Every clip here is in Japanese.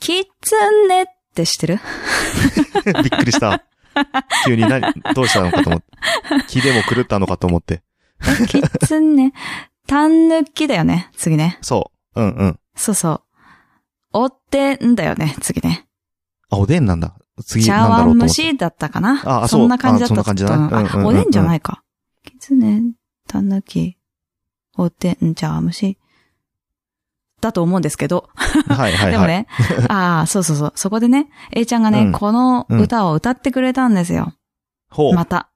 キッズネって知って るびっくりした。急に何、どうしたのかと思って。気でも狂ったのかと思って。キッズネ。タンヌキだよね。次ね。そう。うんうん。そうそう。おってんだよね。次ね。あ、おでんなんだ。次茶なんだろう碗と思蒸って。しだったかな。ああそそうんな感じだったあそんな感じだねと思ううんうんうんあ、おでんじゃないか。キツネ、タヌキ、おでん、茶碗蒸し。だと思うんですけど。はいはいはい。でも ね、ああ、そうそうそう。そこでね、A ちゃんがね、うんこの歌を歌ってくれたんですよ。ほう。また。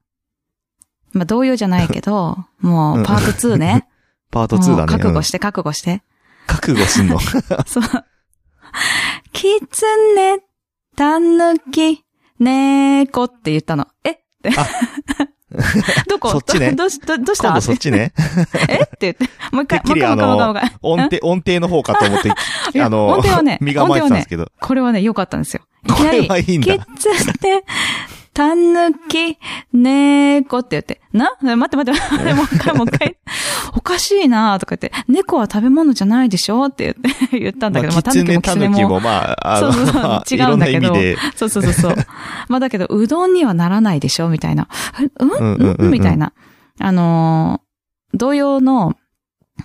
まあ、同様じゃないけど、もう、パート2ね。 パート2もだうね。覚う悟んして、覚悟して。 覚悟すんの。そう。キツネ、タヌキ、猫って言ったの。えって。 どこそっちねどどうしどどうした今度そっ ちね。えって言って。もう一回 て、っもう一きり回、もう一回、もう一回もう一回。音程、音程の方かと思って、いやあの、音程はね 身構えてたんですけど。これはね、良かったんですよ。いきこなれり、はいいんキだ。ッズって、タヌキ、猫って言って、な待って待って待 って、もう一回もう一回。おかしいなとか言って、猫は食べ物じゃないでしょって言って、言ったんだけど、まあ、キツネ、狸タヌキも、まあ、あの、そうそうそう まあ違いろうんんだなけ意ど味で、 そうそうそう そう。まあだけど、うどんにはならないでしょみたいな。えうんうんうんうんうんみたいな。あのー同様の、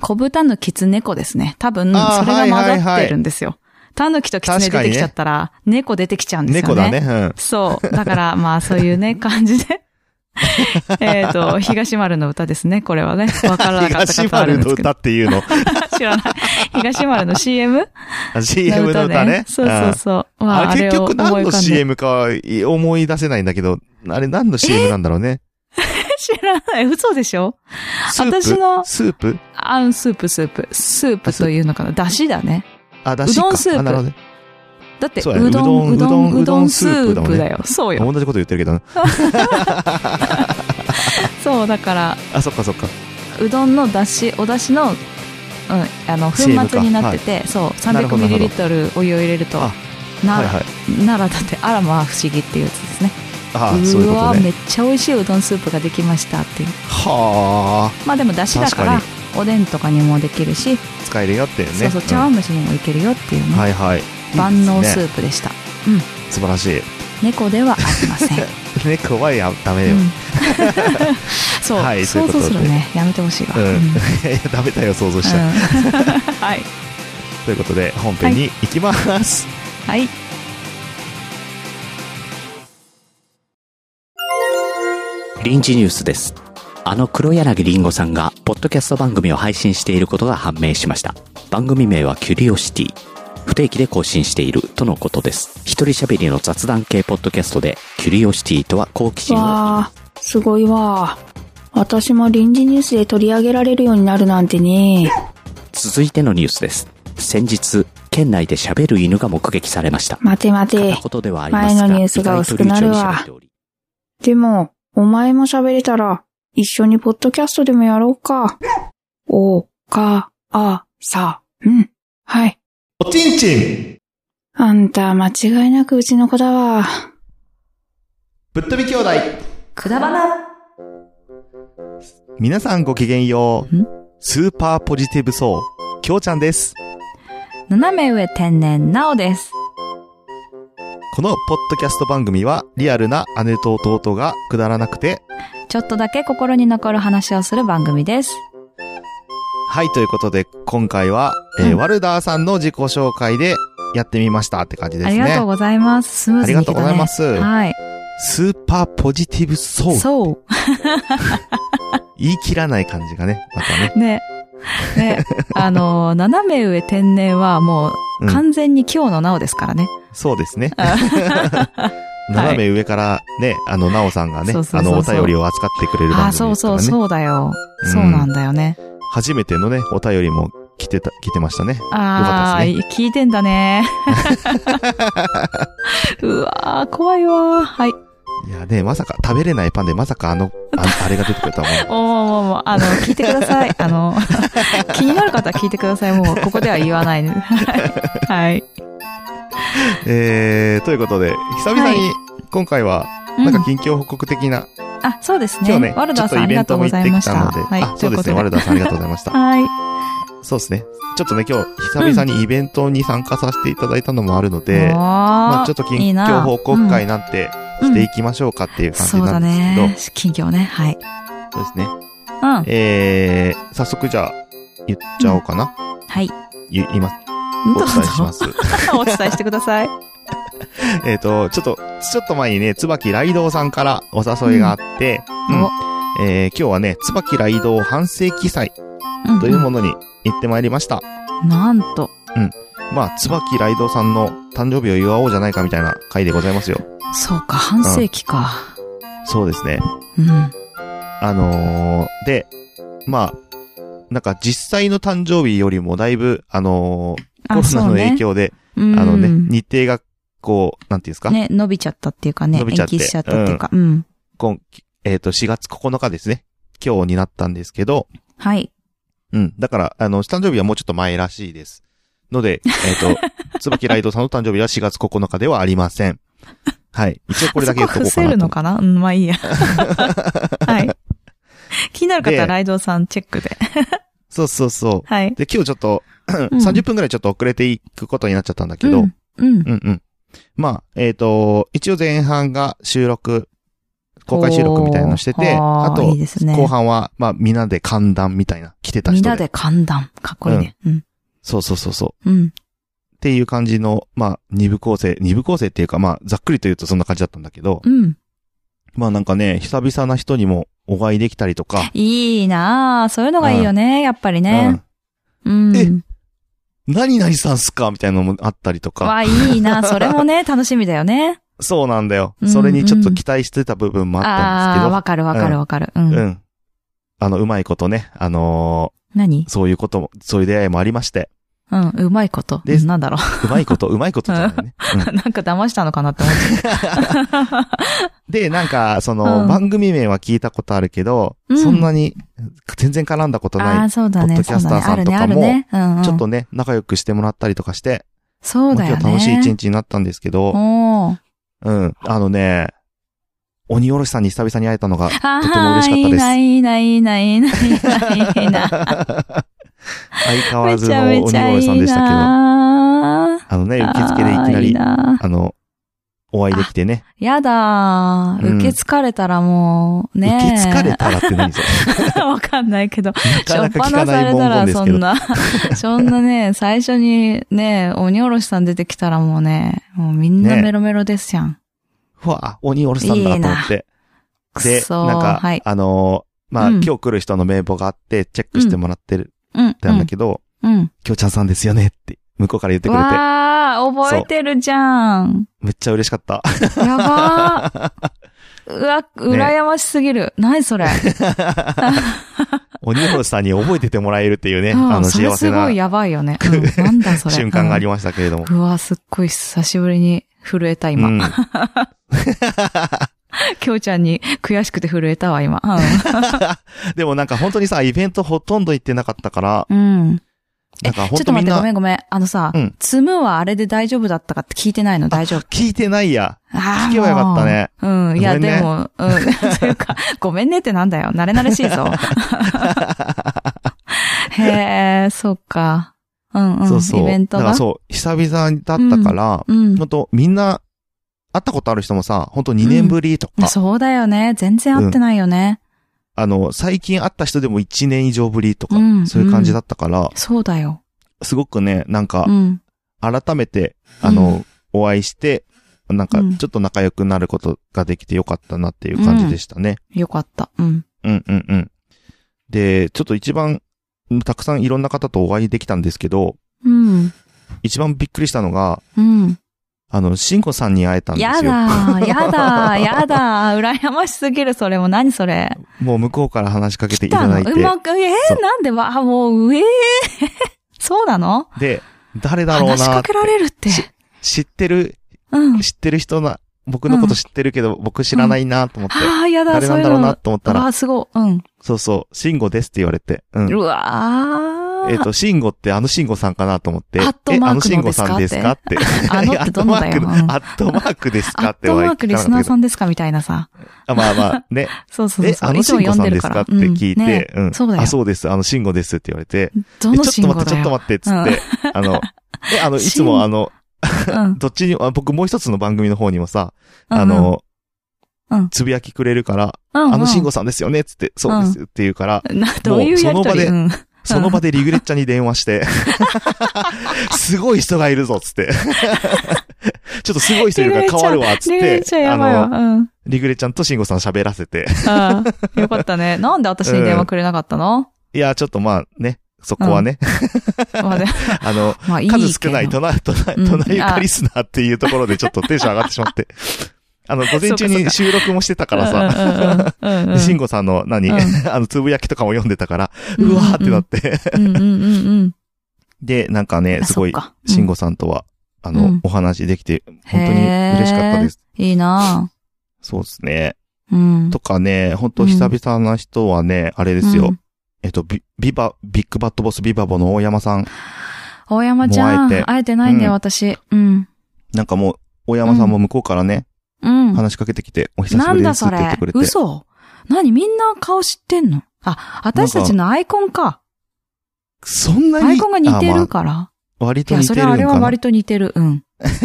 小豚のキツネコですね。多分、それあがー混はいはいざっはいてるんですよ。タヌキとキツネ確か出にねてきちゃったら、猫出てきちゃうんですよね。猫だね。うん。そう。だから、まあ、そういう ね、感じで。 えっと、東丸の歌ですね、これはね。わからなかった東方あるん丸でのすけ歌ど。っ ていうの。知らない。東丸の CM? の CM の歌歌ねね。。そうそうそう。うんまあ、ああれれ結を局思い何浮のかんで。 CM か思い出せないんだけど、あれ何の CM なんだろうね。知らない。嘘でしょスープ私のスープあん、スープ、スープ。スープというのかな。だしだね。あ、だしか。うどんスープあなるほどねだって、そうだねうどん、ううどどんん、ううどどんんススーーププだだよ。そうよ。同じこと言ってるけどね。そう、だから、あ、そっかそっか。うどんのだし、おだしの、うん、あの、粉 CM 末になってて、そう、なるほどなるほど 300ml お湯を入れると、あなはいら、はい。ならだって、あらまあ不思議っていうやつですね。あそういううことわ、ね。めっちゃ美味しいうどんスープができましたっていう。はあ、まあでも、だしだから確、おでんとかにもできるし、使えるよってね。そうそう、茶碗蒸しにもいけるよっていううんね、はいはい。万能スいいでープでした。すね素晴らしい。猫ではありませ ん。猫はやダメだうよ。ん そう、はいとい想うこと像でするね。やめてほしいわ。うんうんいやダメだよ、想像しちゃう。 はい。ということで、本編に行きます。はい。臨時ニュースです。あの黒柳りんごさんが、ポッドキャスト番組を配信していることが判明しました。番組名はキュリオシティ。不定期で更新しているとのことです。一人喋りの雑談系ポッドキャストで、キュリオシティとは好奇心をわあ、すごいわあ。私も臨時ニュースで取り上げられるようになるなんてね。続いてのニュースです。先日、県内で喋る犬が目撃されました。待て待て。ことではありますが前のニュースが薄くなるわ意外と流暢に喋っておりでも、お前も喋れたら、一緒にポッドキャストでもやろうか。お、か、あ、さ、うん。はい。おちんちんあんた、間違いなくうちの子だわ。ぶっ飛び兄弟くだばな。皆さんごきげんよんう。スーパーポジティブそう、きょうちゃんです。斜め上天然なおです。このポッドキャスト番組は、リアルな姉と弟がくだらなくて、ちょっとだけ心に残る話をする番組です。はい、ということで、今回は、えーうんワルダーさんの自己紹介でやってみましたって感じですあね。りがとうございます。スムーズにいけたね。ありがとうございはい。スーパーポジティブそう。そ言い切らない感じがね、またね。う。ね。ね。 あのー、斜め上天然はもううん完全に今日のなおですからね。そうですね。 あ斜め上からね、あの、なおさんがね、そうそうあそうの、おそう便りを扱ってくれるあ番組ー、ですかそら、うね。そう、そうだよ。うんそうなんだよね。初めてのね、お便りも来てた、来てましたね。ああ、よ聞いてんだ ね。うわー、怖いわー。はい。いやね、まさか、食べれないパンでまさかあの、ああれが出てくるとは思う。おーもうもうあの、聞いてくだ さい。あの、気になる方は聞いてください。もう、ここでは言わないで。 はいはい。えー、ということで、久々には、今回は、うなんんか近況報告的な、あ、そうですね。今日ね、ワルちダーょっさんとあイりベがンとトうごも行ざっていまきしたのた。で、はい。あ、そうですね、といワうルこと ダーさんありがとうございました。はい。そうですね。ちょっとね、今日、久々にイベントに参加させていただいたのもあるので、ままあちょっと近況報告会なんてうんしていきましょうかっていう感じそうなだんですけど、ね。近況ね。はい。そうですね。うん。えー、早速じゃあ、言っちゃおうかな。はい。。言います。お伝えしますす。 お伝えしてください。 えっと、ちょっと、ちょっと前にね、椿雷道さんからお誘いがあって、うんおえー今日はね、椿雷道半世紀祭うんというものに行ってまいりました。なんと、まあ、椿雷道さんの誕生日を祝おうじゃないかみたいな回でございますよ。そうか、半世紀か。そうですね。うん。あのー、で、まあ、なんか実際の誕生日よりもだいぶ、あのー、あコロナの影、響で、そうねあのね、うん日程が、こう、なんていうんですか、ね、伸びちゃったっていうかね、伸延びちゃって期しちゃったっていうか、うん。今、えっ、と、4月9日ですね。今日になったんですけど、はい。うん。だから、あの、誕生日はもうちょっと前らしいです。ので、えっ、と、椿ライドさんの誕生日は4月9日ではありません。はい。一応これだけ言っとこうあそ伏かせるなのと。かな うん、まあいい や。はい。気になる方はライドウさんチェックで。そうそうそう。はい。で、今日ちょっと、 ん30分くらいちょっと遅れていくことになっちゃったんだけど、うん。うん。うんうん。まあ、えっ、と、一応前半が収録、公開収録みたいなのしてて、おーあと、いいですね後半は、まあ、みんなで寒暖みたいな、来てたみん人なで。で寒暖。かっこいいね。うん。そうそうそうそう。うん。っていう感じの、まあ、二部構成、二部構成っていうか、まあ、ざっくりと言うとそんな感じだったんだけど、うん。まあなんかね、久々な人にもお会いできたりとか、いいなあそういうのがいいよね、やっぱりね。うん。えうん。何々さんっすかみたいなのもあったりとか、わ、いいなそれも ね、楽しみだよね。そうなんだよう。んそれにちょっと期待してた部分もあったんああー、でわかるわかるわかる。うん。すけど、うん。あの、うまいことね、あのー何そういうことも、そういう出会いもありまして、うん、うまいこと。でうんなん だろうまいこと、うまいことじゃないね。うんう。なんか騙したのかなって思っで、なんか、その、うん番組名は聞いたことあるけど、うんそんなに、全然絡んだことた。あなあい。ー、そうだポッね。ドそキうャスターだね。さあんるとね、かもあるね。うん、うん。ちょっとね、仲良くしてもらったりとかして、そうだよ今ね。日楽しい一日になったんですけど、おーうん、あのね、鬼おろしさんに久々に会えたのが、あとても嬉ーしかったいいですな、いいな、いいな、いいな、いいな、いいな。 相変わらめずちのゃ鬼めおちゃろしさんいいでしたけど、あなのね、ー。受付でいきなあーり、なあの、お会いできてね、やだうー。ん受けつかれたらもう、ね受け継がれたらって 何それたわかんないけど。なかなか聞かない文しょっぱ言なですさけれどた。らそんな、 そんなね、最初にね、鬼おろしさん出てきたらもうね、もうみんなねメロメロですやん。うわ、鬼おろしさんだと思って。くで、そーなんか、はい。あのーまあ、うん今日来る人の名簿があって、チェックしてもらってる、うん。うんたんだけど、うん。きょうちゃんさんですよねって、向こうから言ってくれて、わー、覚えてるじゃん。めっちゃ嬉しかった。やば ー。うわ、羨ましすぎる。何それ。鬼おろしさんに覚えててもらえるっていうね、うんあのそれ幸せすごないやばいよ ね。うんなんだそれ。瞬間がありまましたけれども。うわ、すっごい久しぶりに震えた、う今。ん。きょうちゃんに悔しくて震えたわ、今。でもなんか本当にさ、イベントほとんど行ってなかったから、 うん。うんなんかちょ本っと当待みっんて、ごなめんごめん。あのさうん、つむはあれで大丈夫だったかって聞いてないの大丈夫。聞いてないや。ああ。聞けばよかったねもう。うん。いや、ごめんねでも、うん。 というか、ごめんねってなんだよ。慣れ慣れしい ぞ。へえ、そうか。うんうん。そうそう。イベントだからが。そう、久々だったから、うん。本当みんな、会ったことある人もさ、本当2年ぶりとか、そうだよね。全然合ってないよね。あの、最近会った人でも1年以上ぶりとか、うんそういう感じだったから、そうだよ。すごくね、なんかう、ん。改めて、うんあの、お会いして、なんか、うんちょっと仲良くなることができてよかったなっていう感じでしたね。よかった。うん。うん、うん、うん。で、ちょっと一番、たくさんいろんな方とお会いできたんですけど、うん。一番びっくりしたのが、うん。あの、しんこさんに会えたんですよ。やだ、やだ、やだ、羨ましすぎる、それも。何それ。もう向こうから話しかけてい来たただのいてう、まく、えそうー、なんでわ、あもう、えー、 そうなので、誰だろうな話しかってけられるって。し知ってる、うん。知ってる人な、僕のこと知ってるけど、僕知らないなと思って、ああ、やだ、誰そうなんいうだろうなの。と思ったあら、あ、すごい。うん。そうそう、しんごですって言われて、うんう。わえっと、シンゴってあのシンゴさんかなと思って、アットえマあーのクシのンでゴすかさんですかって。 あのってどんなだよいや アットマーク、アットマークですアかっッてトマークリスナーさん。んですかみたいなさ。あ、まあまあ、ね。そうそうえ、そう。あのいつシもンゴ読んさんででるかすら。かって聞いうんねて、うん。そうだよあ、そうです。あの、シンゴですって言われて、どえのち信ょっ号と待って、だちょっとよ。待って、つって、あの、え、あの、いつシンもあの、うんどっちに、あ僕もう一つの番組の方にもさ、うんあの、うんつぶやきくれるから、うんうんあの慎吾さんですよねっつって、そうですって言うから、な、どういうやりとりもうそうんその場でリグレッチャに電話 して、すごい人がいるぞっつって。ちょっとすごい人いるから変わるわっつリっグレてッチャ、やあばいわ。うの、ん。リグレちゃんと慎吾さん喋らせて、ああよかった ね。なんで私に電話くれなかったのいや、ちょっとまあね、そこはね、まあねあの、まあいいけど。数少ない隣、隣、うん隣カリスナーっていうところでちょっとテンション上がってしま って。あの、午前中に収録もしてたからさ、さ。うんうんうんうん で、慎吾さんの何、うん あの、つぶやきとかも読んでたから、うんうんうわーってなって。うんうんうんうん。で、なんかね、あすごいそっ、かうん慎吾さんとは、あうのん、お話できて、本当に嬉しかったです。いいなそうですね。ぁ。うん。とかね、本当久々な人はね、あれですうよん。。えっと、ビビバ、ビッグバットボスビバボの大山さん。大山ちゃ、もうん会えて会えてないんだよ、うん私。うん。なんかもう、大山さんも向こうからね、うん。話しかけてきて、お久しなぶんりでだすっそて言ってれくれ。て。嘘何みんな顔知ってんのあ、私たちのアイコンか。そんなにアイコンが似てあまるあから。割いとや、似そてれるはあれのはかな割と似てる。うん。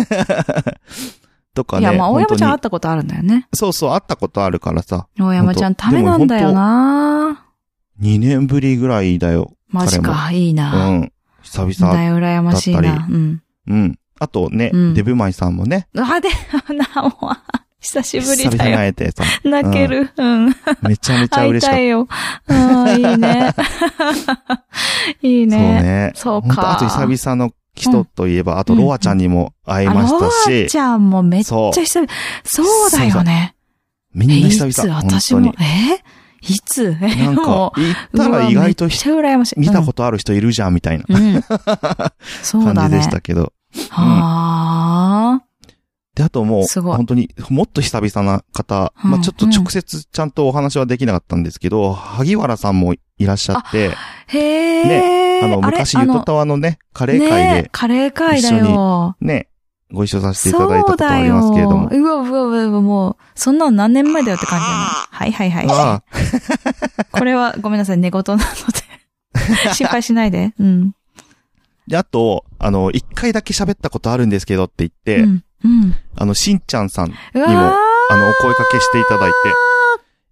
とかいね。や、まあ、大本山当にちゃん会ったことあるんだよね。そうそう、会ったことあるからさ。大山ちゃん、本当ためなんだよな2年ぶりぐらいだよ。マジか、いいうな。ん。久だ々。よ、羨ましいだったな。うん。うん。あとね、うんデブマイさんもね、あ、で、な、もう、久しぶ久り々にだよ。会えてさ、泣ける。うん。めちゃめちゃ会嬉いしかったいよ。うん、いい ね。 いいた。そうね。ね。そう本当か。あと久々の人といえば、あとロアちゃんにも会いましあたロアしち、ゃんもめっちそゃう久々。そうだよね。みえ、んない久つ々。本私当もに。、えいつえ、なんか、行 もっう。たら意外とうわめっちゃ羨ましい。見たことある人いるじゃん、みたいなと。うん。そうだ感じねでし。たけど。はあ。で、あともう、すごい本当に、もっと久々な方、うんまあちょっと直接ちゃんとお話はできなかったんですけど、萩原さんもいらっしゃって、へえ。あの、れ昔、ゆとたわのね、カレーね会えカレー会だ一よ。で、ね、ご一緒させていただいたそこうとだありよ。ますけれども。うわうわうわうわ、もう、そんなの何年前だよって 感じだね。はいはいはああい。これはごめんなさい、寝言なの で。心配しないで。うん。で、あと、あの、一回だけ喋ったことあるんですけどって言って、うん。うん。あの、しんちゃんさん、うわにもーあの、お声掛けしていただいて、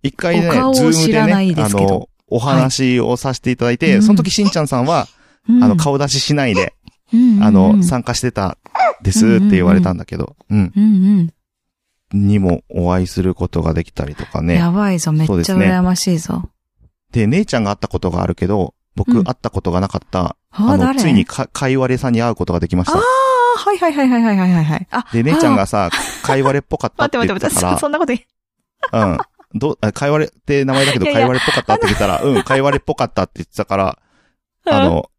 一回ね、お顔をズーム知でらないね、であすけどの、お話をさせていただいて、うんその時しんちゃんさんは、うんあの、顔出ししないで、うんうんあうんの、参加してたですって言われたんだけど、うん。うんにもお会いすることができたりとかうん。ね。やばいぞ、めっちゃそうですね羨ましいぞ。で、姉ちゃんが会ったことがあるけど、僕うん会ったことがなかった、あああ、の、誰ついにか、かいわれさんに会うことができましあた。あ、はいはいはいはいはいはいはい。あ、で、姉ちゃんあがさ、かいわれっぽかっー。た待っってて待言っってた待って、かそそんなこと言ら、うん。ど、あかいわれって名前だけど、いやいかやいわれっぽかったって言ったら、うん、かいわれっぽかったって言ってたから、うん あの、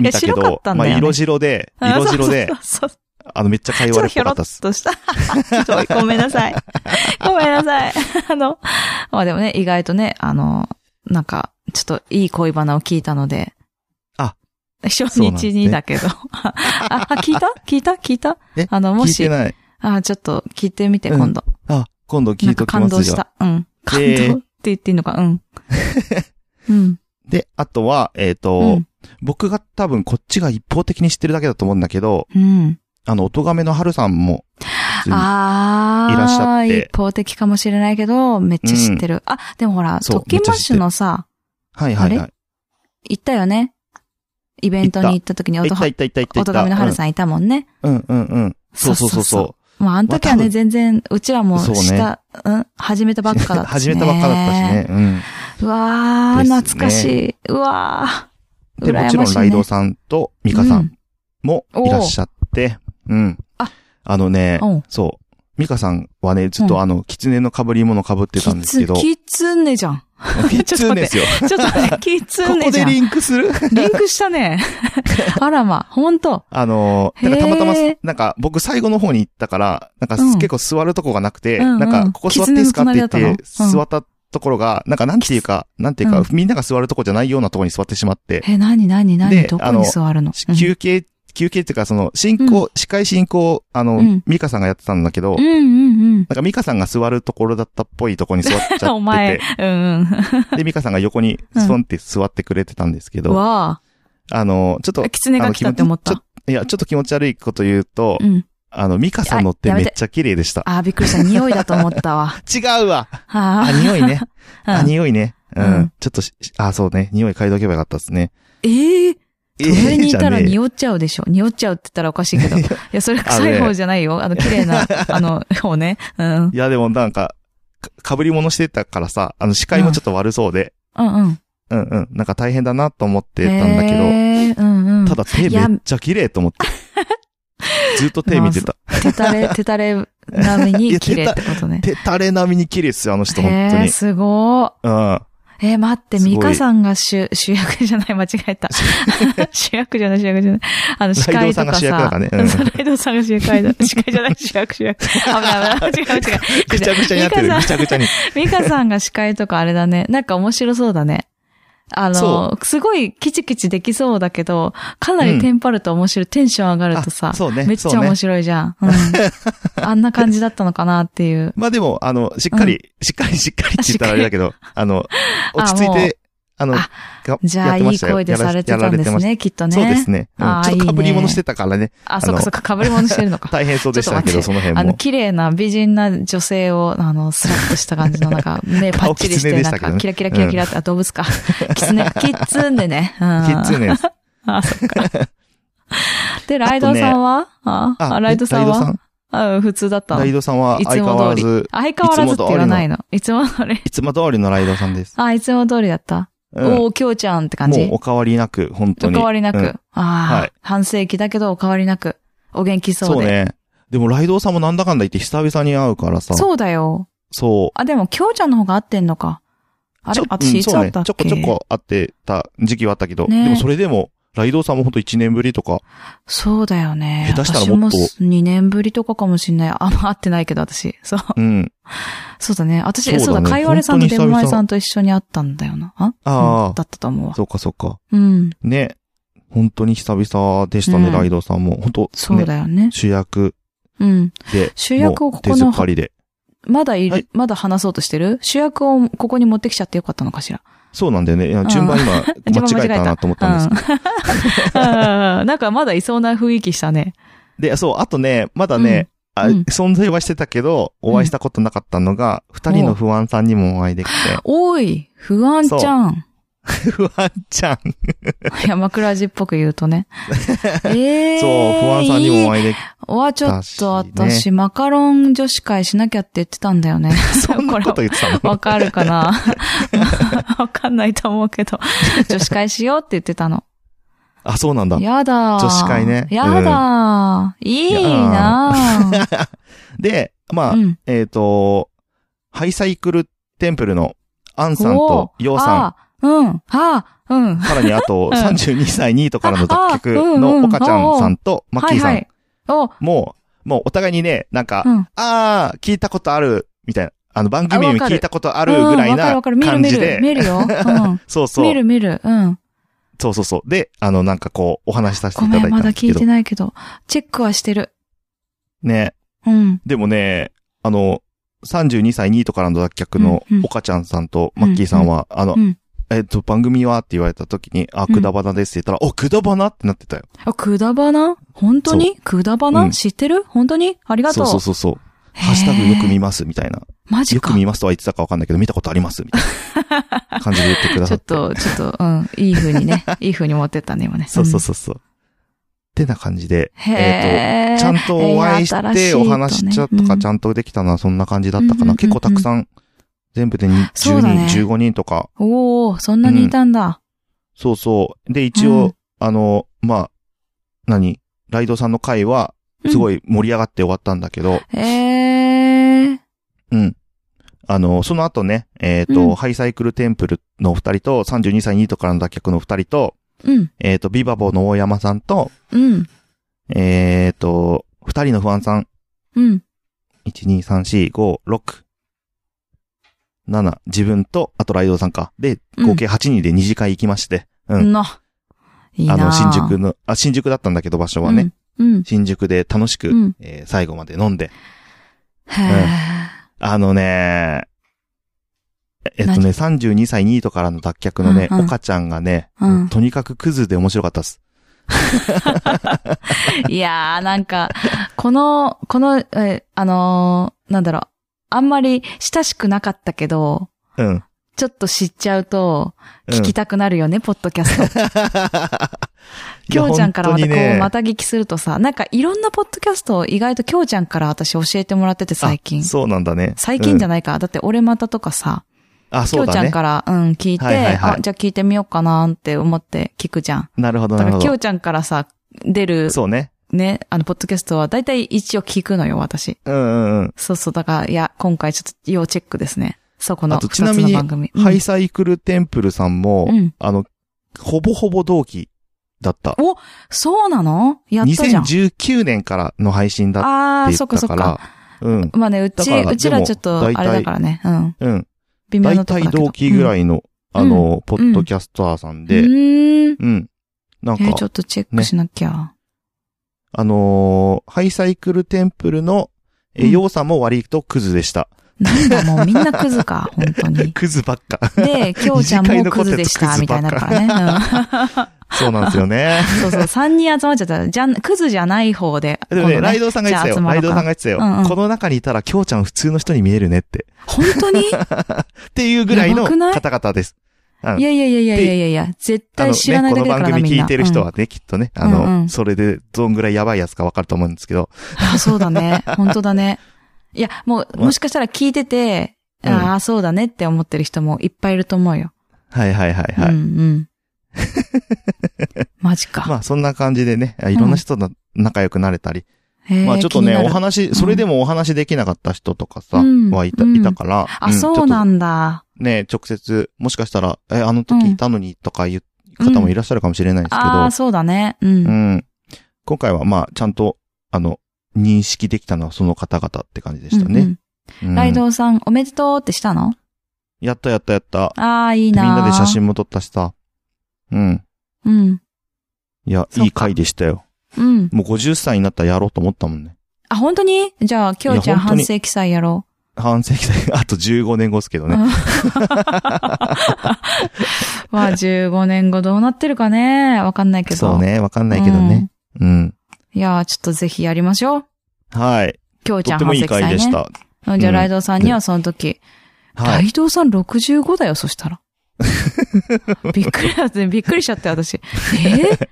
いや見たけ白かっど、たんまだあ、よね色白で、う。色白でそう、そうそうあの、めっちゃかいちょっわとれっひぽょかろっった っす。とした。ひどいごめんなさい。 ごめんなさい。あの、まあでもね、意外とね、あの、なんか、ちょっといい恋バナを聞いたので。あ。初そうなんです日ねにだけど。あ、 あ聞いた聞いた聞いたえあの、も聞いてし、ない。あ、ちょっと聞いてみて、うん今度。あ、今度聞なんいかとき感ま動すしよ。た。うん。感動っでて言っていいのか、 うん。うん。で、あとは、えっうとん、。僕が多分こっちが一方的に知ってるだけだと思うんだけど、うん。あの、おとがめの春さんも、普通にああ、いらっしゃって一方的かもしれないけど、めっちゃ知ってる。あ、でもほら、そう特勤マッシュめのさ、はいはいあはい。行ったよね。イベントに行った時にあおいとったはいったいったいった。おとがめの春さんいたもんね。うん。うんうんうん。そうそうそうそう。もうあの時はまね、あ多分全然、うちらもそうねした、うん、始めたばっかだったし、始ね。めたばっかだったしね。。うん。うわー、ですね懐かしい。うわー。で、もちろん、ライドウささんとミカさうんもいらっしゃって、うん。ああのねうん、そう。ミカさんはね、ずっうんとあの、狐の被り物被ってたんですけ ど、キツネじゃん。キツネですよ。ちょっと待 って、キツこネこじでゃん。リンクするリンクしたね。 あらま、ほんと。あの、なんかへーたまたま、なんか僕最後の方に行ったから、なんかうん結構座るとこがなくて、うんうんなんかここ座っていいですかって言狐のっ隣だて、ったのうん座ったところが、なんかなんていうか、なんていうか、うんみんなが座るとこじゃないようなところに座ってしまって、え、なになになでにどこに座るの休憩、休憩っていうか、その、進行、司会進行、あの、うんミカさんがやってたんだけど、うんうんうんなんかミカさんが座るところだったっぽいとこに座っ ちうん。おゃって前、うんて、で、ミカさんが横にスポンって座ってくれてたんですけうど、ん。わあの、ちょっとあ。、狐が来たって思っあのた。いや、ちょっと気持ち悪いこと言うと、うん。あの、ミカさんのってあやめめってちゃ綺麗でした。あー、びっくりした。匂いだと思った わ。違うわあ、あ匂いね。あ、あ、 うん匂いね。ううんん。ちょっとし、あ、そうね。匂い嗅いどけばよかったですね。ええ隣にいたらええじゃねえ匂っちゃうでしょ。匂っちゃうって言ったらおかしいけど。いや、それ臭い方じゃないよ。あの、綺麗 な、あの、方ね。うん。いや、でもなんか、かぶり物してたからさ、あの、視界もちょっと悪そうで、うんうん。うんうん。なんか大変だなと思ってたんだけへーうんうん。ど、ただ手いやめっちゃ綺麗と 思って。ずっと手見てた。手た れ、手たれ並みいやに綺麗ってことね。手垂れ並みに綺麗っすよ、あの人、本当へえ、に。すごうん。ー。えー、待って、すごいミカさんが主、主役じゃない、間違え た。主役じゃない、主役じゃない。あの、司ライド会さんとがか主役だかさ。らねうラんイドさんが主役、ライド司会じゃない、主役、主役。危ない、危ない。違う、違う。ぐちゃぐちゃになってミる、カぐさちゃぐちゃに。ミカさんが司会とかあれだね。なんか面白そうだね。あその、すごいキチキチできそうだけど、かなりテンパると面白い、テンション上がるとさあ、そうねめっちそゃうね面白いじゃん。 うんあんな感じだったのかなっていう。まあでも、あの、しっかり、しっかりしっかりって言ったらあれだけど、あの、落ち着いて、あの、あがじゃあ、やってまいいしたよ声でされてたんです。ね、きっとやられてね。ましたそうですね。うんあちーょっと被いりいね物してたからね。あ、そっかあのそっか、被り物してるの か。大変そうでしたけちょど、っとその辺あの、も。綺麗な美人な女性を、あの、スラッとした感じの、なん か、目パッチリし顔狐て、でしなんたけどねか、キラキラキラキラって、あ、動物か。キツネ、キッ ツンでね。キキッズね。あ、そっか。で、ライあドとねさんはああ、ライドさんはあ普通だったラのイいドさんはつ相変わもら通りず。、相変わらずって言わないの。いつも通り。いつも通りのライドさんです。 あ、いつも通りだった。うんおー、きょうちゃんって感もじうお変わりなく、本当おに。変わりなく。うんああ、はい半世紀だけどお変わりなく。お元気そうそうで。ね。でもライドさんもなんだかんだ言って久々に会うからさ。そうだよ。そう。あ、でも、きょうちゃんの方が合ってんのか。あちれょ、私いつうんそう会ねったっけ、ちょこちょこ会ってた時期はあったけど、ねでもそれでも、ライドさんもほんと1年ぶりとか、そうだよね。下手したらもっと私も2年ぶりとかかもしんない。あんま会ってないけど、私。そう。うん。そうだね。私、そうだねそうだ、かいわれさんとデブマイ本当に久々さんと一緒に会ったんだよな。ああーうんだったと思うわ。そうかそうか。うん。ね。本当に久々でしたね、うんライドさんも。本当そうね、だよね。主役うん。で。主役をもこうこの手づかりで。まだいる、はいまだ話そうとしてる主役をここに持ってきちゃってよかったのかしら。そうなんだよねいや。順番 今、順番間違えたなと思ったんですけど。 うんうん なんかまだいそうな雰囲気したね。で、そう、あとね、まだね、あうん存在はしてたけど、お会いしたことなかったのが、二、人の不安さんにもお会いできおい、不安ちゃん。て。 不安ちゃん。山倉じっぽく言うと ね。ええー。そう、不安さんにもお会いできわ、ちょっとだし私、マカロン女子会しなきゃって言ってたんだよね。て、 そんなこと言ってたの。わかるかな わかんないと思うけど。女子会しようって言ってたの。 あ、そうなんだ。やだー女子会ねやだー、いいな で、まあ、ーうん。えっ、と、ハイサイクルテンプルのアンさんとヨウさん、あー、うん。あー、うん。さらにあと うん32歳ニートからの脱却ああうんうのん岡ちゃんさんとマッはキーいさはんい。お、もう、もうお互いにね、なんか、うん。あー、聞いたことある、みたいな。あの、番組あでわもか聞るいたことあるぐらいうんなわかるわかる感見じる見る。見で、るよ。うん。そう そ見う、る見る。うん。そうそうそう。で、あの、なんかこう、お話しさせてごいためだん、いたまんでだす聞けいどて。ないけど。チェックはしてる。ね。うん。でもね、あの、32歳ニートからの脱却のうんうん岡ちゃんさんとマッキーさんは、あの、うん。えっと、番組はって言われた時に、あ、うんくだばなですって言ったら、お、くだばなってなってたよ。あ、くだばな本当にくだばな、うん知ってる本当にありがと。そううそうそうそう。へーハッシュタグよく見ますみたいな。マジよかく。見ますとは言ってたかわかんないけど、見たことありますみたい な感じで言ってくだちさょっ。ってと、ちょっと、うん。いい風にね。いい風に持ってったね、今ね。そうそうそそうそう。ってな感じで、うん。えっへと、ーちゃんとお会えーいし、新していとおね話しちゃとうかんちゃんとできたのはそんな感じだったかうんうんうんうな。ん結構たくさん、全部でにそ10うだ人、ね15人とか。おー、そんなにいたんだ。そうそう。で、一う応ん、あの、まあ、何ライドさんの回は、すごい盛り上がって終わったんだけど、へえ。うん。あの、その後ね、えっ、と、うんハイサイクルテンプルのお二人と、32歳ニートからの脱却のお二人と、うん。えっ、と、ビバボーの大山さんと、うん。えっ、と、二人の不安さん、うん。 1、2、3、4、5、6、 7、自分と、あとライドさんか。で、合計8人で2次会行きまして。うん。の。いいなあの、新宿の、あ、新宿だったんだけど場所はね。。うん。うん新宿で楽しく、うんえー最後まで飲んで。へあのね、えっとね、32歳ニートからの脱却のね、うんうん岡ちゃんがね、うんとにかくクズで面白かったです。ーいやー、なんか、この、この、えーあのーなんだろう。あんまり親しくなかったけど、 うん。ちょっと知っちゃうと、うん聞きたくなるよね、ポッドキャスト。きょうちゃんからまたこう、また聞きするとさ、なんかいろんなポッドキャストを意外ときょうちゃんから私教えてもらってて最近。そうなんだね。最近じゃない、ないか。だって俺またとかさ、あ、きょそううだちゃんね。から、うん、聞いて、はいはいはいあ、じゃあ聞いてみようかなって思って聞くじゃん。なるほど、だなから、るほきょうど。ちゃんからさ、出る、そうね。ね、あの、ポッドキャストは、だいたい一応聞くのよ、私。うんうんうん。そうそう、だから、いや、今回ちょっと要チェックですね。そこのあと二つちなみのに番組。ハイサイクルテンプルさんも、うん。うん。あの、ほぼほぼ同期だった。そうなのやったじゃん。 2019年からの配信だっああー、てそ言っかっそたっからか。、うん、まあね、うち、だからうちらでもちょっと、あ大れ体だからね。うん。うん。微妙大なとこ体だけど。同期ぐらいいの、あの、ポッドキャスターさんで、ううん、ーん。なんかえ、、ちょっとチェックしなきゃ。あのーハイサイクルテンプルの、えうんー、ようさんも割とクズでした。なんだ、もうみんなクズ か、本当に。クズばっか。で、きょうちゃんもクズでした、みたいになるからね。 そうなんですよ ね。うんそうそう、三人集まっちゃったら、じゃん、クズじゃない方で。でも今ね、度ライドウさんが言ってたじゃあ集よ。まラろうかイドウさんが言ってたよ。うんうんこの中にいたら、きょうちゃん普通の人に見えるねって。本当 にっていうぐらいやのばくない方々です。うんいやいやいやいやいやいやいや、絶あの対知らないだね、けこだのから番な、組みん聞な。いてる人はね、きっとね、あの、うんうんそれで、どんぐらいやばいやつかわかると思うんですけど、うんあ、そうだね。本当だね。いや、もう、もしかしたら聞いてて、うんああ、そうだねって思ってる人もいっぱいいると思うよ。はいはいはいはい。うん うん。マジか。まあ、そんな感じでね、いろんな人と仲良くなれたり、へーまあちょっとね、お。気になる話、それでもお話できなかった人とかさ、うんはいた、うんいたから。あ、そうなんんだ。ちょっとね、直接、もしかしたら、え、あの時いたのにとかいううん方もいらっしゃるかもしれないですけど、ああ、そうだね。う。うんん。今回はまあちゃんと、あの、認識できたのはその方々って感じでしたうんうねん。ライうんドウさん、おめでとうってしたのやったやったやった。ああ、いいみんなーなで写。真も撮ったしさ。うん。うん。いや、そっかいい回でしたよ。うん。もう50歳になったらやろうと思ったもんね。あ、本当にじゃあ、きょうちゃんいや本当反に省記載やろ半世紀で、あと15年後ですけどう。ね。うんまあ、15年後どうなってるかね。わかんないけど。そう。ね、わかんないけどね。うん。いやー、ちょっとぜひやりましょう。はい。きょうちとゃっんても反省い記い載ね。回でした。うんじゃあ、うんライドウさんにはその時。はラい。イドウさん65だよ、そ したら。びっくりだって、びっくりしちゃって、私。えー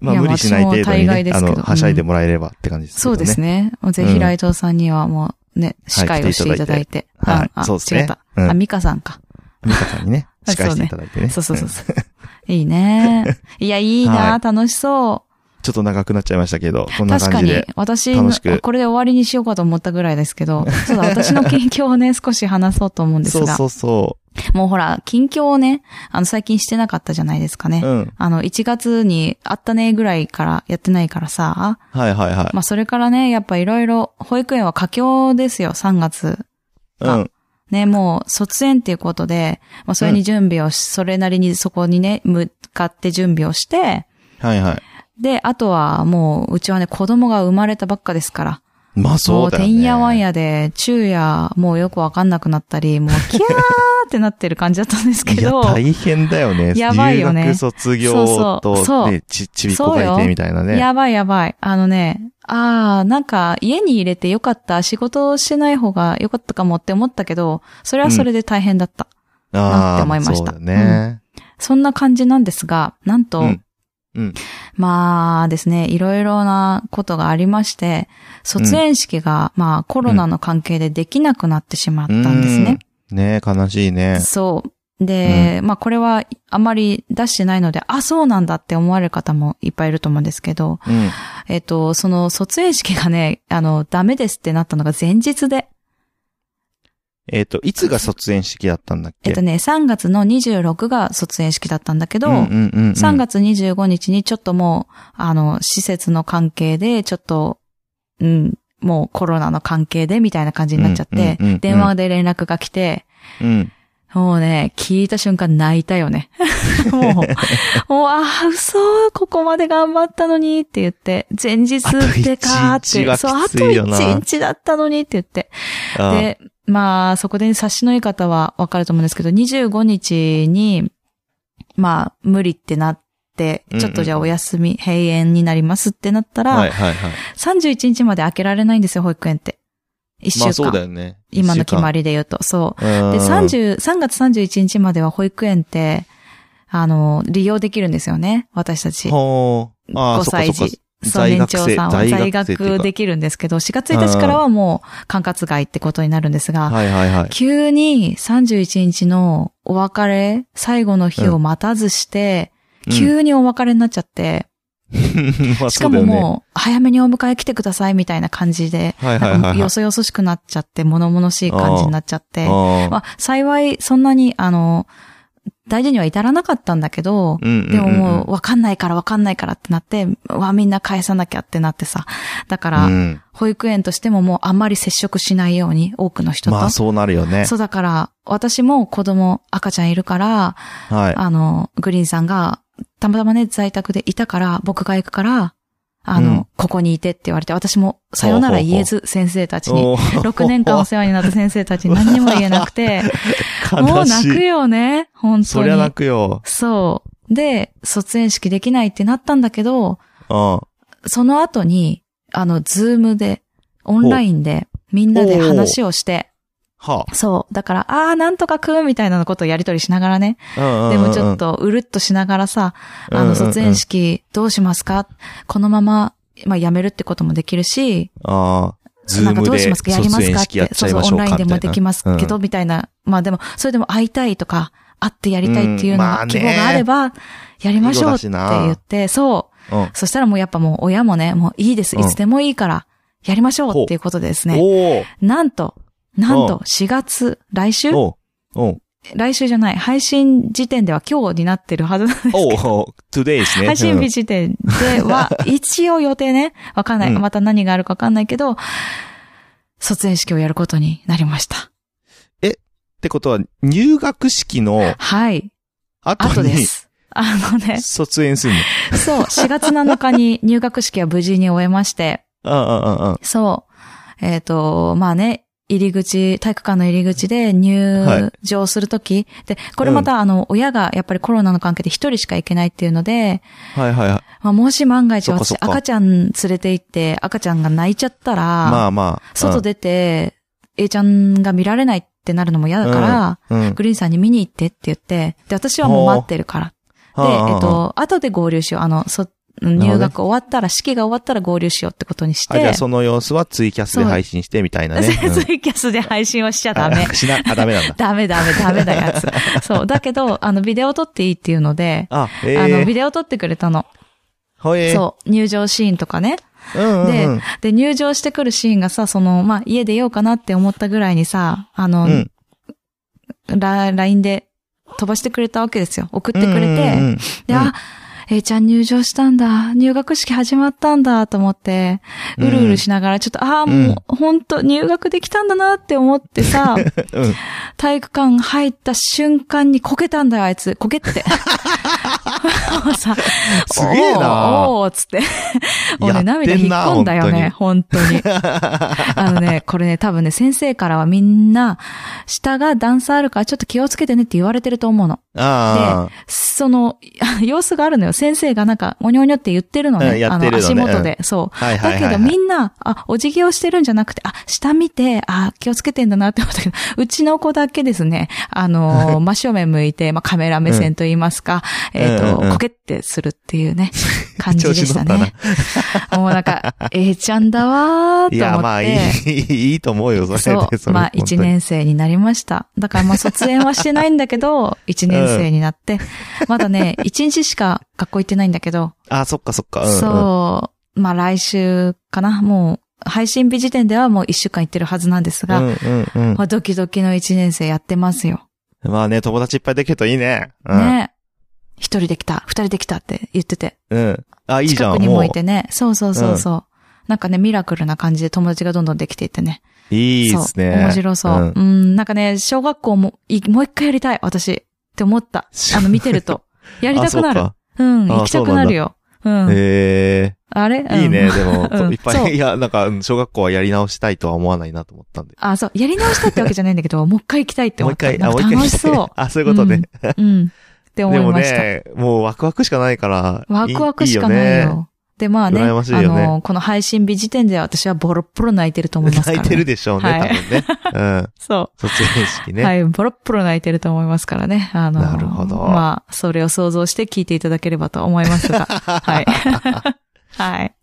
まあ、いや無理しない程度私も大に概ねで、すあけどの、はしゃいでもらえればって感じですけどそね。うですね。もうぜうひんライドウさんにはもうね、司会をしていただいて。はういんあそうですね違った。うんあ、ミカさんか。美香さんにね、 あ司会していただいてね。そうそうそうんそう。いいね。いや、いいな、は楽しそちょっと長くなっちゃいましたけど、う。こんな確か感じにで。、私楽しくこれで終わりにしようかと思ったぐらいですけ ど、そうだ、私の近況をね、少し話そうと思うんですそうが、そうそもうほら、近況をね、あの、最近してなかったじゃないですかね。う。うん。あの、1月にあったねぐらいからやってないからさ、はいはいはまあ、それからね、やっぱいろいろ、保育園は佳境ですよ、3月。い。うん。ね、もう卒園っていうことで、まあそれに準備をし、それなりにそこにね、向かって準備をして、はいはい。で、あとはもう、うちはね、子供が生まれたばっかですから。まあそうだよもね。てんやわんやで、昼夜、もうよくわかんなくなったり、もう、キャーってなってる感じだったんですけ いや、ど。大変だよね。やばいよね留学卒業そうそうそと、うね、ち、ちびっこがいてみたいなね。やばいやばい。あのね、あー、なんか家に入れてよかった、仕事をしてない方がよかったかもって思ったけど、それはそれで大変だった。なあってあ思いまー、しそうただね。そんな感じなんですが、なんと、うんうん。まあですね、いろいろなことがありまして、卒園式が、まあコロナの関係でできなくなってしまったんですね。うん。ね悲しいね。そう。で、まあこれはあまり出してないので、あ、そうなんだって思われる方もいっぱいいると思うんですけど、うん。えっと、その卒園式がね、あの、ダメですってなったのが前日で、えっと、いつが卒園式だったんだっけえっとね、3月の26が卒園式だったんだけど、うんうんうんうん3月25日にちょっともう、あの、施設の関係で、ちょっと、うん、もうコロナの関係でみたいな感じになっちゃってうんうんうんうん、電話で連絡が来て、うん。もうね、聞いた瞬間泣いたよ ね。もう、もう、ああ、嘘、ここまで頑張ったのにって言って、前日でかーあと一日って、はそう、あきつとい一よな日だったのにって言って。あー、で、まあ、そこで察しのいい方はわかると思うんですけど、25日に、まあ、無理ってなってうんう、んちょっとじゃあお休み、閉園になりますってなったら、はいはいはい。 31日まで開けられないんですよ、保育園って。1週間。まあそうだよね。今の決まり。りで言うと、そう。で、で、30、3月31日までは保育園って、あの、利用できるんですよね、私たち。ほーあー5歳そっかそっ児か。そう、年長さんは在学生在在学生っていう学かできるんですけど、4月1日からはもう管轄外ってことになるんですが、はいはいはい。急に31日のお別れ、最後の日を待たずして、急にお別れになっちゃって、うん まあしそかうだもよねもう、早めにお迎え来てくださいみたいな感じで、はいはいなはいんはかい。よそよそしくなっちゃって、物々しい感じになっちゃって、あーまあ、幸い、そんなに、あの、大事には至らなかったんだけど、うんうんうんでももう、わかんないからわかんないからってなって、うわ、みんな返さなきゃってなってさ。だから、うん保育園としてももうあんまり接触しないように、多くの人と。まあそうなるよね。そうだから、私も子供、赤ちゃんいるから、はい。あの、グリーンさんが、たまたまね、在宅でいたから、僕が行くから、あの、うんここにいてって言われて、私も、さよなら言えず、先生たちに。おー6年間お世話になった先生たちに何にも言えなくて、もう 悲し泣くい。よね、本そ当りゃに泣。くよ。そう。で、卒園式できないってなったんだけど、うん。その後に、あの、ズームで、オンラインで、みんなで話をして、はそう。だから、あー、なんとかくんみたいなことをやりとりしながらね。あ。でもちょっと、と、うるっとしながらさ、うんうあんうんの、卒園。式どうしますかこのまま、まあ、やめるってこともできるし、ああ。ズーなんかムどうしでますかやりま卒す園かっ式やっちて。ゃいそうまそしう、ょオうンラかインでもできますけど、みたいな。まあでも、それでも会いたいとか、会ってやりたいっていうのうんまあが、ね希望があれば、やりましょうって言って、そう。うん。そしたらもうやっぱもう親もね、もういいです。うんいつでもいいから、やりましょうっていうことでですね。おーなんと、なんうんと、4月、来週おうおう来週じゃない。配信時点では今日になってるはずなんですけど。おう today で すね。配信う日ん時点では、一応予定ね、わかんない。うんまた何があるかわかんないけど、卒園式をやることになりました。ってことは、入学式のはい。あ後とでにす。あのね、卒園するの。そう、4月7日に入学式は無事に終えまして、うんうんうんうん。そう、えっ、と、まあね、入り口、体育館の入り口で入場するとき、で、これまた、あの、親がやっぱりコロナの関係で一人しか行けないっていうので、はいはいはい。まあ、もし万が一そっかそ私っか赤ちゃん連れて行って赤ちゃんが泣いちゃったら、まあまあ。外出て、A ちゃんが見られないってなるのも嫌だから、うん、うん。グリーンさんに見に行ってって言って、で、私はもう待ってるから。で、はあえっ、と、後で合流しよう。あの、そ、入学終わったら、式が終わったら合流しようってことにしあ、じゃて、あその様子はツイキャスで配信してみ たいなね。うんツイキャスで配信はしちゃダメあ。しな、あ、ダメなん だ。ダメダメダメだ やつ。そう。だけど、あの、ビデオ撮っていいっていうので、あ、ええあの、ビー。デオ撮ってくれたの。ほえー。そう。入場シーンとかね。う。うんうんうん。で、で、入場してくるシーンがさ、その、まあ、家出ようかなって思ったぐらいにさ、あの、うんラ、LINE で飛ばしてくれたわけですよ。送ってくれて、うんうんうんで、あ、えいちゃん入場したんだ。入学式始まったんだと思って、うるうるしながら、ちょっと、ああ、もう、ほんと、入学できたんだなって思って さ、 うん体育館入った瞬間にこけたんだよ、あいつ。こけ って。 もうさすげえなおーおーつって。もうやってね、んな涙引っ込んだよね、本当に。 あのね、これね、多分ね、先生からはみんな、下が段差あるからちょっと気をつけてねって言われてると思うの。あその、 様子があるのよ。先生がなんか、おにょにょって言ってるのうんね。やあってるの、のね足元で。そう。あ。はいはいだはいけはい。どみんな、あ、お辞儀をしてるんじゃなくて、あ、下見て、あ、気をつけてんだなって思ったけど、うちの子だけですね、あ の、真正面向いて、まあ、カメラ目線と言いますか、えっ、うんうんうんと、コケってするっていうね、感じでした 調子乗っね。 もうなんか、ええちゃんだわーと思って。いや、まあ、いい、いいと思うよ、それで。それう。まあ、一。年生になりました。だからまあ、卒園はしてないんだけ ど、一年生になって。まだね、一日しか学校行ってないんだけど、本当にあ、そっかそっか。うんうん。そう。まあ来週かな。もう、配信日時点ではもう一週間行ってるはずなんですうが、んうんうんまあドキドキの一年生やってますよ。まあね、友達いっぱいできるといいね。うん。ね一人できた、二人できたって言ってて。うん。あ、いいじゃ近ん。くにももういてね。そうそうそうそう。なんかね、ミラクルな感じで友達がどんどんできていってね。いいですね。そう面白そう。うんん、なんかね、小学校も、いもう一回やりたい、私。って思った。あの、見てると。やりたくなる。 あうん、あ行きたくなるよ。うん。そうかへあれ、うえんいいね、で も、うんいっぱそうい、いや、なんか、うん小学校はやり直したいとは思わないなと思ったんで。あ、そう。やり直したってわけじゃないんだけど、もう一回行きたいってもう思一った。回、なあ、んもうか一回楽ししてそう。 あ、そういうことね。うん。って思でいもました。ね、もうワクワクしかないから。ワクワクしかないよ。いいよねで、まあね、羨ましいよねあの、この配信日時点で私はボロッボロ泣いてると思いますから、泣ね。いてるでしょうね、はい多分ね。うん。そ卒業式う。ね。 はい、ボロッボロ泣いてると思いますからね。あの、なるほどまあ、それを想像して聞いていただければと思いますが。 はい。はい。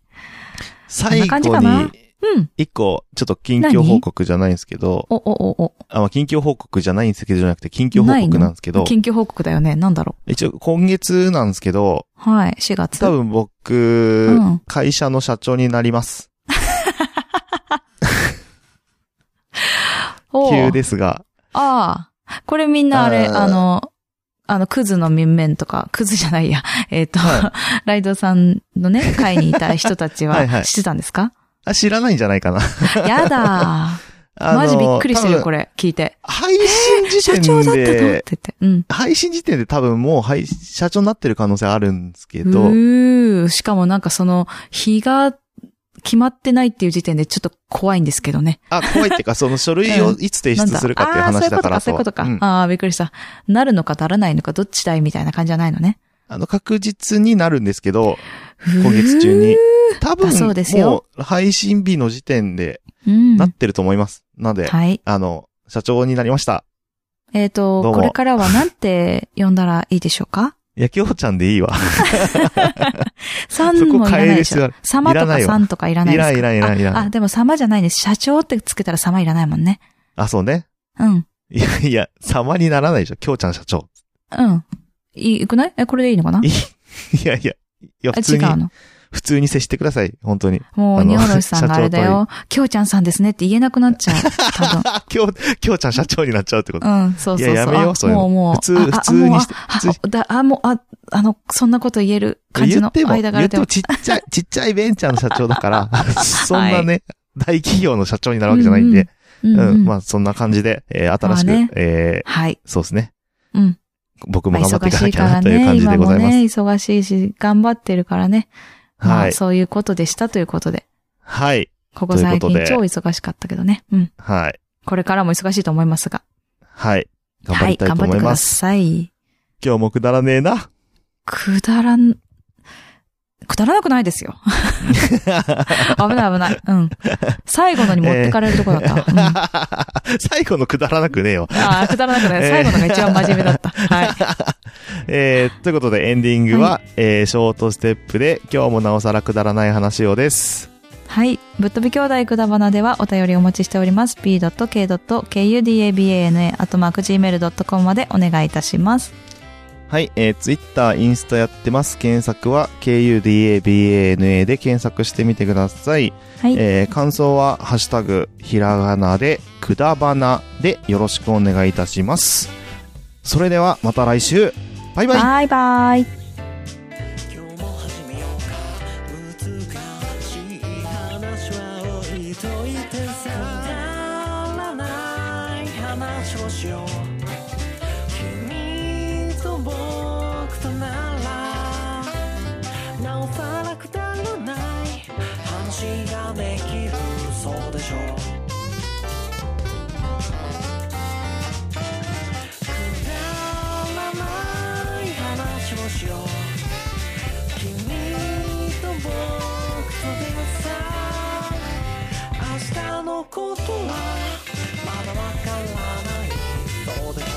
最こんな感じ後かなに、うん。一個、ちょっと近況報告じゃないんですけど、お、お、お、お。あ、まあ近況報告じゃないんですけど、じゃなくて近況報ない告のなんですけど、緊急報告だよね。なんだろ一応今月なんですけど、う。はい、4月。多分僕、うん会社の社長になります。おう急ですが、ああ。これみんなあれ、あーあの、あの、クズの面々とか、 クズじゃないや。えっ、と、は ライドさんのね、会にいた人たちはいはいは知ってたんです かあ知らないんじゃないかな。やだあー。のマジびっくりしてるよ、これ。れ。聞いて。配信時社点で、長だったのって言って。うん。配信時点で多分もう配社長になってる可能性あるんですけど、うーしかもなんかその、日が決まってないっていう時点でちょっと怖いんですけどね。あ、怖いっていうか、その書類をうんいつ提なん出だするかっていう話だからあーそういうことか、あそういうことか。ああ、びっくりした。なるのかならないのか、どっちだいみたいな感じじゃないのね。あの、確実になるんですけど、今月中に。多分だそうです、よもう配信日の時点でうーん。なってると思います。なので、はい。あの、社長になりました。えっ、どうと、もこれからはなんて呼んだらいいでしょうかいや、きょうちゃんでいいわ。さんもいらないでしそこ変えょる必要ある。様といらなかいわさんとかいらないですかいらんいらんいらんいらんああ、でも様じゃないです。社長ってつけたら様いらないもんね。あ、そうね。うん。いや、いや、様にならないでしょ。きょうちゃん社長。うん。いい、いくないえ、これでいいのかないいやいや、いや、あ普違通に、うの。普通に接してください。本当に。もあう、のにおろしさんがあれだ 社長よ。きょうちゃんさんですねって言えなくなっちゃう。多分。あ、き ょう、きょうちゃん社長になっちゃうってこと。うん、そうそうそう。いややめようあそういうのもうもう。普通あ普あ通にもうしてあ普通あだあ、もう、あ、あの、そんなこと言える感じの言って間も、柄言っでてはもちっ ちゃい、ちっちゃいベンチャーの社長だから、そんなね、大企業の社長になるわけじゃないんで、うんう、うんんまあそんな感じで、えー新しく、まあねえはい。ーそうですね。うん。僕まもあ頑張っ忙ていかしないきゃかならというね、感じ今でごもざいます。ね、忙しいし、頑張ってるからね。まはあ、い。そういうことでしたということで。はい。ここ最ということ近で超忙しかったけどね。うん。はい。これからも忙しいと思いますが。はい。頑張はりい、たい頑と張っ思ていくまだす。さい。今日もくだらねえな。くだらん、くだらなくない ですよ。危ない危ない。うん。最後のに持ってかれるとこだった。うん、あ 最後のくだらなくねえよ。あ、くだらなくない。最後のが一番真面目だった。はい。えー、ということでエンディングは、えーショートステップで、今日もなおさらくだらない話をです。はい。ぶっ飛び兄弟くだばなではお便りお持ちしております。p.k.kudabana.gmail.com までお願いいたします。はい、えー、Twitter、インスタやってます。検索は KUDABANA で検索してみてください。はい。えー感想は、ハッシュタグ、ひらがなで、くだばなでよろしくお願いいたします。それでは、また来週。バイバイ。バイバイ。今日も始めようか難しい話は置いといてさくだらない話をしよう君と僕とならなおさらくだらない話ができるそうでしょうくだらない話をしよう「君と僕とでさ」「明日のことはまだわからないそうです」